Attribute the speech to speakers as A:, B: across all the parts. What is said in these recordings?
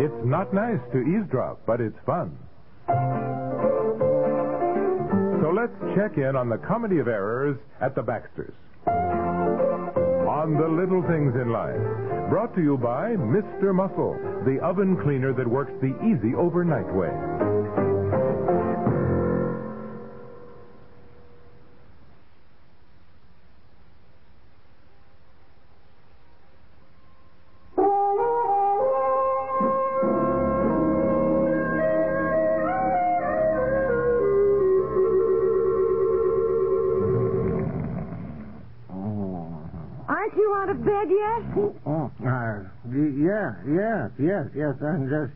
A: It's not nice to eavesdrop, but it's fun. So let's check in on the comedy of errors at the Baxters. On the little things in life. Brought to you by Mr. Muscle, the oven cleaner that works the easy overnight way.
B: Aren't you out of bed yet?
C: Oh, uh, y- yeah, yeah, yes, yes, I'm just.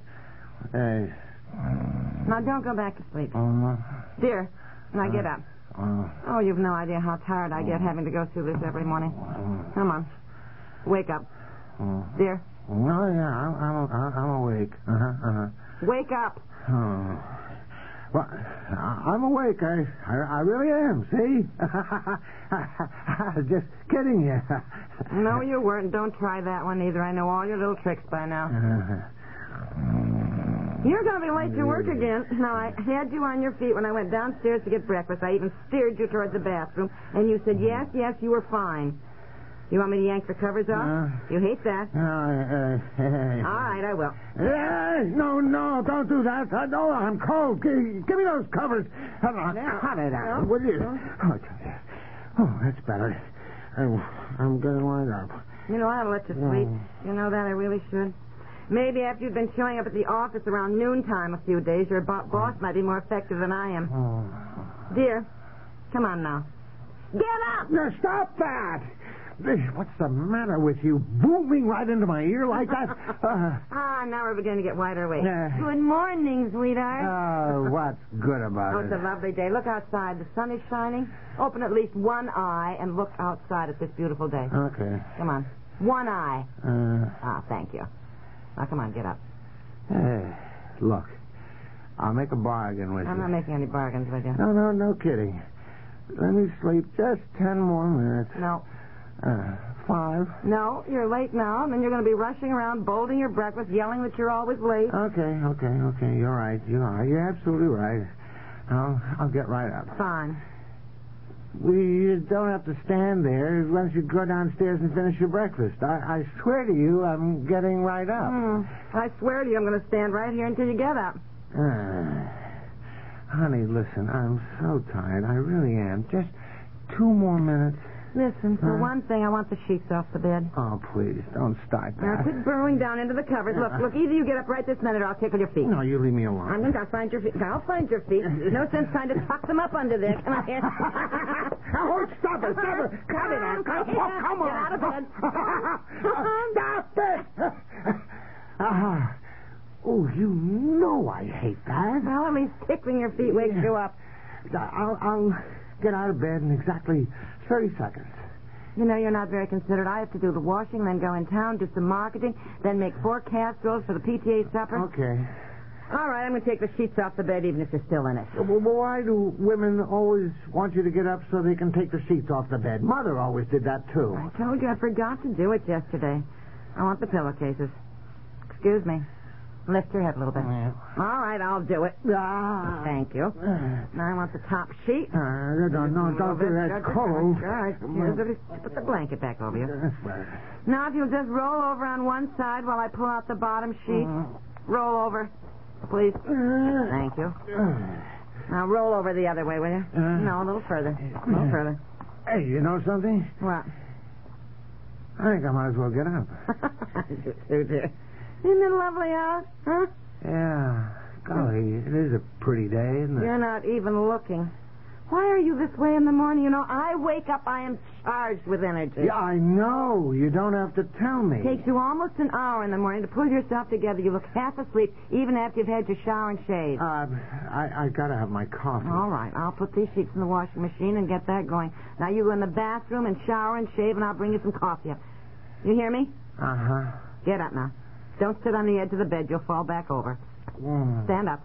C: Uh,
B: Now, don't go back to sleep.
C: uh,
B: Dear, now get up.
C: uh,
B: Oh, you've no idea how tired I get having to go through this every morning. Come on. Wake up. Dear,
C: well, yeah, I'm, I'm, I'm I'm awake. Uh-huh, uh-huh.
B: wake up.
C: Oh. Well, I- I'm awake. I, I, I really am, see? just kidding you.
B: No, you weren't. Don't try that one either. I know all your little tricks by now. You're going to be late to work again. Now, I had you on your feet when I went downstairs to get breakfast. I even steered you towards the bathroom, and you said, yes, yes, you were fine. You want me to yank the covers off?
C: No.
B: you hate that?
C: Uh, uh,
B: All right, I will.
C: Yes, no, no, don't do that. I, no, I'm cold. Give, give me those covers. And I'll
B: No.
C: cut it out,
B: No.
C: will you?
B: No.
C: Oh, yeah. Oh, that's better. I'm, I'm going to wind up.
B: You know, I'll let you sleep. You know that I really should. Maybe after you've been showing up at the office around noontime a few days, your bo- boss might be more effective than I am.
C: Hmm.
B: Dear, come on now. Get up!
C: Now, stop that. This- What's the matter with you? Booming right into my ear like that? Uh,
B: Ah, now we're beginning to get wider awake.
C: Yeah.
B: Good morning, sweetheart.
C: uh, what's good
B: oh,
C: about
B: it's
C: it?
B: a lovely day. Look outside. The sun is shining. Open at least one eye and look outside at this beautiful day.
C: Okay.
B: Come on. One eye.
C: Uh,
B: Ah, thank you. Now, come on, get up.
C: hey, look, I'll make a bargain with
B: I'm
C: you.
B: not making any bargains with you.
C: No, no, no kidding. Let me sleep just ten more minutes.
B: No.
C: Uh, five.
B: No, you're late now, and then you're going to be rushing around, bolting your breakfast, yelling that you're always late.
C: Okay, okay, okay. You're right. You are. You're absolutely right. I'll, I'll get right up.
B: Fine.
C: We you don't have to stand there. Why don't you go downstairs and finish your breakfast? I, I swear to you, I'm getting right up.
B: Hmm. I swear to you, I'm going to stand right here until you get up. Mm.
C: Ah, honey, listen. I'm so tired. I really am. Just two more minutes.
B: Listen, for
C: Huh?
B: one thing, I want the sheets off the bed.
C: Oh, please, don't start
B: Now,
C: that.
B: quit burrowing down into the covers. Look, look, either you get up right this minute or I'll tickle your feet.
C: No, you leave me alone.
B: I'm going to find your feet. I'll find your feet. No sense trying to tuck them up under there. Come on here.
C: Oh, stop it, stop it. Cut it out. Come, oh, come on.
B: Get out of bed.
C: stop it. Ah. oh, you know I hate that.
B: Well, at least tickling your feet wakes you up.
C: I'll, I'll get out of bed in exactly 30 seconds.
B: You know, you're not very considerate. I have to do the washing, then go in town, do some marketing, then make four casseroles for the PTA supper.
C: Okay.
B: All right, I'm going to take the sheets off the bed, even if you're still in it.
C: Well, why do women always want you to get up so they can take the sheets off the bed? Mother always did that, too.
B: I told you I forgot to do it yesterday. I want the pillowcases. Excuse me. Lift your head a little bit.
C: Yeah.
B: All right, I'll do it.
C: Ah.
B: Thank you. Oh, Now I want the top sheet.
C: Uh, no, no, no, don't do that. It's cold.
B: All right, here's the- put the blanket back over you.
C: That's better.
B: Now, if you'll just roll over on one side while I pull out the bottom sheet. Roll over, please. Mm-hmm. Thank you. Now roll over the other way, will you?
C: Uh.
B: no, a little further. A little further.
C: Hey, you know something?
B: What?
C: I think I might as well get up.
B: Sue, dear. Isn't it lovely out? Huh?
C: Yeah. Golly, it is a pretty day, isn't it?
B: You're not even looking. Why are you this way in the morning? You know, I wake up, I am charged with energy.
C: Yeah, I know. You don't have to tell me.
B: It takes you almost an hour in the morning to pull yourself together. You look half asleep even after you've had your shower and shave.
C: Um, I, I gotta have my coffee.
B: All right, I'll put these sheets in the washing machine and get that going. Now you go in the bathroom and shower and shave, and I'll bring you some coffee. up. You hear me?
C: Uh huh.
B: Get up now. Don't sit on the edge of the bed. You'll fall back over. Stand up.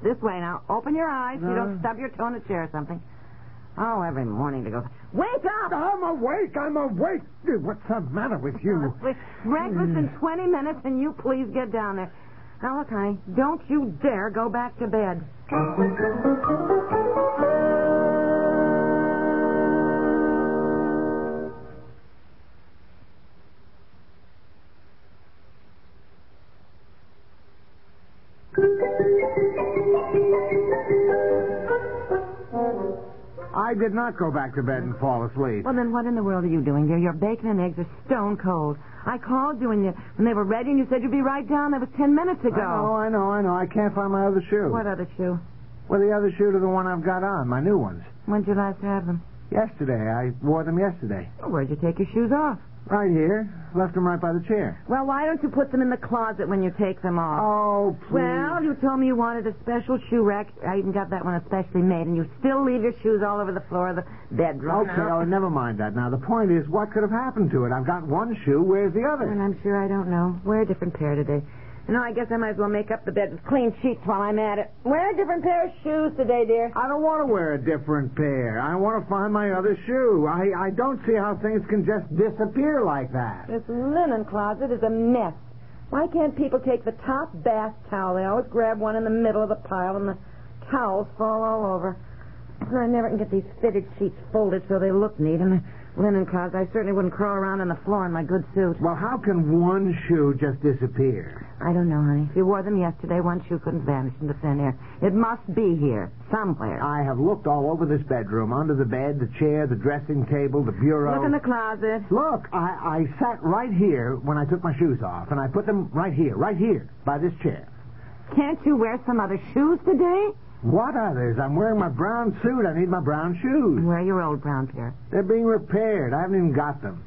B: This way now. Open your eyes. so You don't stub your toe in a chair or something. Oh, every morning to go. Wake up!
C: I'm awake. I'm awake. Dude, what's the matter with you?
B: It's breakfast in 20 minutes, and you please get down there. Now, look, honey, don't you dare go back to bed.
C: I did not go back to bed and fall asleep.
B: Well, then what in the world are you doing here? Your bacon and eggs are stone cold. I called you when, you, when they were ready, and you said you'd be right down. That was 10 minutes
C: I know,
B: ago.
C: I know, I know. I can't find my other shoe.
B: What other shoe?
C: Well, the other shoe to the one I've got on, my new ones.
B: When'd you last have them?
C: Yesterday, I wore them yesterday.
B: Oh, where'd you take your shoes off?
C: Right here. Left them right by the chair.
B: Well, why don't you put them in the closet when you take them off?
C: Oh, please.
B: Well, you told me you wanted a special shoe rack. I even got that one especially made, and you still leave your shoes all over the floor of the bedroom.
C: Okay, oh, never mind that. Now, the point is, what could have happened to it? I've got one shoe. Where's the
B: And
C: other?
B: I'm sure I don't know. Wear a different pair today. You know, I guess I might as well make up the bed with clean sheets while I'm at it. Wear a different pair of shoes today, dear.
C: I don't want to wear a different pair. I want to find my other shoe. I, I don't see how things can just disappear like that.
B: This linen closet is a mess. Why can't people take the top bath towel? They always grab one in the middle of the pile, and the towels fall all over. I never can get these fitted sheets folded so they look neat. And the linen closet, I certainly wouldn't crawl around on the floor in my good suit.
C: Well, how can one shoe just disappear?
B: I don't know, honey. If you wore them yesterday, one shoe couldn't vanish into thin air. It must be here, somewhere.
C: I have looked all over this bedroom, under the bed, the chair, the dressing table, the bureau.
B: Look in the closet.
C: Look, I, I sat right here when I took my shoes off, and I put them right here, right here, by this chair.
B: Can't you wear some other shoes today?
C: What others? I'm wearing my brown suit. I need my brown shoes.
B: Wear your old brown pair.
C: They're being repaired. I haven't even got them.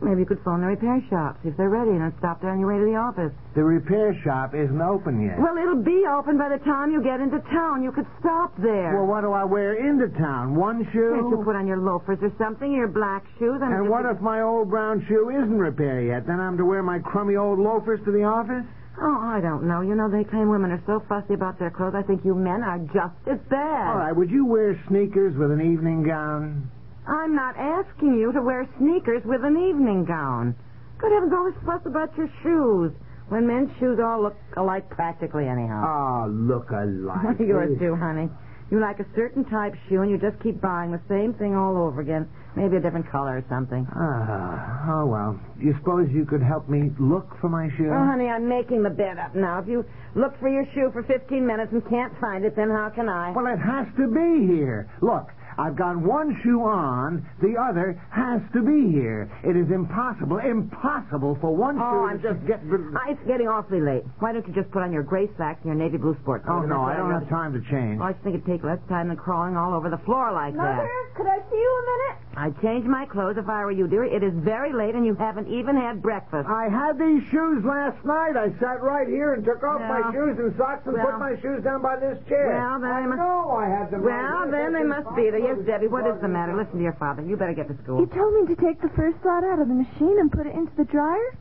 B: Maybe you could phone the repair shop, see if they're ready, and then stop there on your way to the office.
C: The repair shop isn't open yet.
B: Well, it'll be open by the time you get into town. You could stop there.
C: Well, what do I wear into town? One
B: Can't you
C: shoe?
B: put on your loafers or something, your black shoes? I mean,
C: And
B: just-
C: what if my old brown shoe isn't repaired yet? Then I'm to wear my crummy old loafers to the office?
B: Oh, I don't know. You know, they claim women are so fussy about their clothes. I think you men are just as bad.
C: All right, would you wear sneakers with an evening gown?
B: I'm not asking you to wear sneakers with an evening gown. Good heavens, all this fuss about your shoes. When men's shoes all look alike practically anyhow.
C: Ah, look eh? alive.
B: Yours do, honey. You like a certain type shoe, and you just keep buying the same thing all over again. Maybe a different color or something.
C: Ah, oh well. You suppose you could help me look for my shoe?
B: Well, Oh, honey, I'm making the bed up now. If you look for your shoe for 15 minutes and can't find it, then how can I?
C: Well, it has to be here. Look, I've got one shoe on, the other has to be here. It is impossible, impossible for
B: Oh,
C: one shoe
B: I'm
C: to just get.
B: I, it's getting awfully late. Why don't you just put on your gray slacks and your navy blue sport coat?
C: Oh, no, I don't
B: That's
C: have time to change.
B: what I really- I just think it'd take less time than crawling all over the floor like
D: Mother, could I see you a minute?
B: that. I'd change my clothes if I were you, dear. It is very late and you haven't even had breakfast.
C: I had these shoes last night. I sat right here and took off
B: Well,
C: my shoes and socks and
B: well.
C: put my shoes down by this chair.
B: Well, then I must-
C: know I had them.
B: well, then they must be there. Yes, Debbie, what is the matter? Listen to your father. You better get to
D: You
B: school.
D: told me to take the first lot out of the machine and put it into the dryer.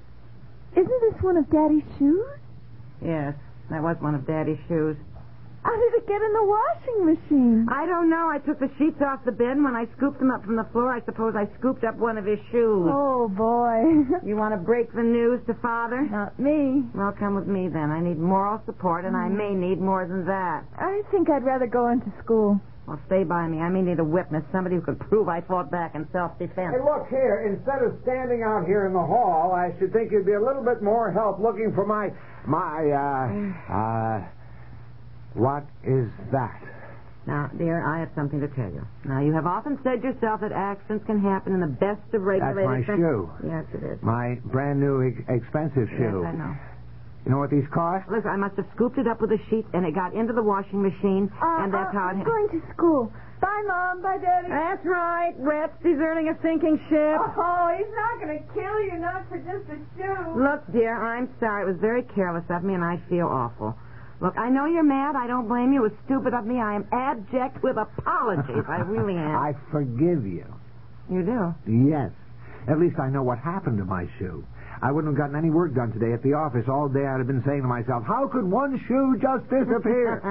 D: Isn't this one of Daddy's shoes?
B: Yes, that was one of Daddy's shoes.
D: How did it get in the washing machine?
B: I don't know. I took the sheets off the bed, and when I scooped them up from the floor, I suppose I scooped up one of his shoes.
D: Oh, boy.
B: You want to break the news to Father?
D: Not me.
B: Well, come with me then. I need moral support, and I
D: Mm-hmm.
B: may need more than that.
D: I think I'd rather go into school.
B: Well, stay by me. I may need a witness, somebody who could prove I fought back in self-defense.
C: Hey, look here. Instead of standing out here in the hall, I should think you'd be a little bit more help looking for my my uh uh. What is that?
B: Now, dear, I have something to tell you. Now, you have often said yourself that accidents can happen in the best of
C: That's
B: regulated...
C: my shoe.
B: Yes, it is.
C: My brand new ex- expensive shoe.
B: Yes, I know.
C: You know what these cost?
B: Listen, I must have scooped it up with a sheet, and it got into the washing machine,
D: Uh,
B: and that's
D: uh,
B: how it
D: I'm going to school. Bye, Mom. Bye, Daddy.
B: That's right. Reps, deserting a sinking ship.
D: Oh, he's not going to kill you, not for just a shoe.
B: Look, dear, I'm sorry. It was very careless of me, and I feel awful. Look, I know you're mad. I don't blame you. It was stupid of me. I am abject with apologies. I really am.
C: I forgive you.
B: You do?
C: Yes. At least I know what happened to my shoe. I wouldn't have gotten any work done today at the office. All day I'd have been saying to myself, how could one shoe just disappear?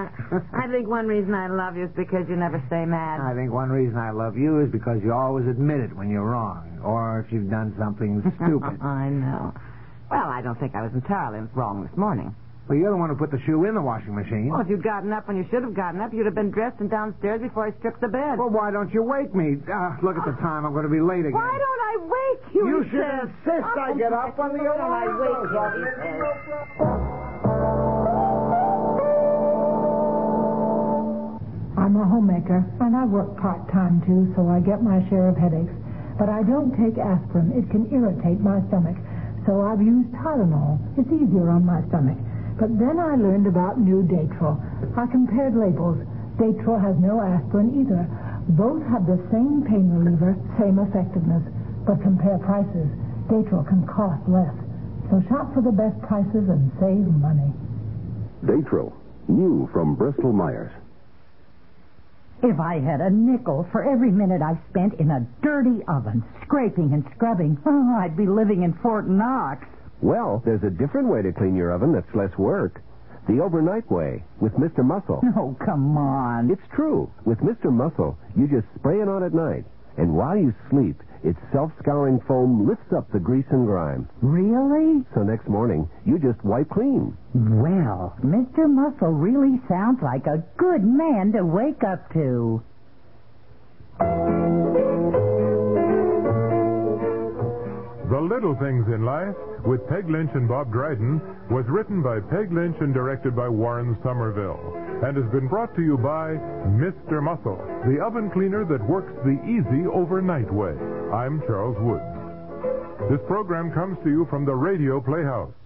B: I think one reason I love you is because you never stay mad.
C: I think one reason I love you is because you always admit it when you're wrong or if you've done something stupid.
B: I know. Well, I don't think I was entirely wrong this morning.
C: well, you're the one who put the shoe in the washing machine.
B: Well, if you'd gotten up when you should have gotten up, you'd have been dressed and downstairs before I stripped the bed.
C: Well, why don't you wake me? Ah, look at the time. I'm going to be late again.
B: Why don't I wake you?
C: You
B: he
C: should
B: says.
C: insist I get up when the
B: Why don't I
C: alarm
B: wake
C: goes off.
B: you? he says.
E: I'm a homemaker, and I work part time too, so I get my share of headaches. But I don't take aspirin. It can irritate my stomach. So I've used Tylenol. It's easier on my stomach. But then I learned about new Datril. I compared labels. Datril has no aspirin either. Both have the same pain reliever, same effectiveness. But compare prices. Datril can cost less. So shop for the best prices and save money.
F: Datril, new from Bristol Myers.
G: If I had a nickel for every minute I spent in a dirty oven, scraping and scrubbing, oh, I'd be living in Fort Knox.
F: Well, there's a different way to clean your oven that's less work. The overnight way with Mr. Muscle.
G: Oh, come on.
F: It's true. With Mr. Muscle, you just spray it on at night, and while you sleep, its self-scouring foam lifts up the grease and grime.
G: Really?
F: So next morning, you just wipe clean.
G: Well, Mr. Muscle really sounds like a good man to wake up to.
A: The Little Things in Life with Peg Lynch and Bob Dryden was written by Peg Lynch and directed by Warren Somerville and has been brought to you by Mr. Muscle, the oven cleaner that works the easy overnight way. I'm Charles Woods. This program comes to you from the Radio Playhouse,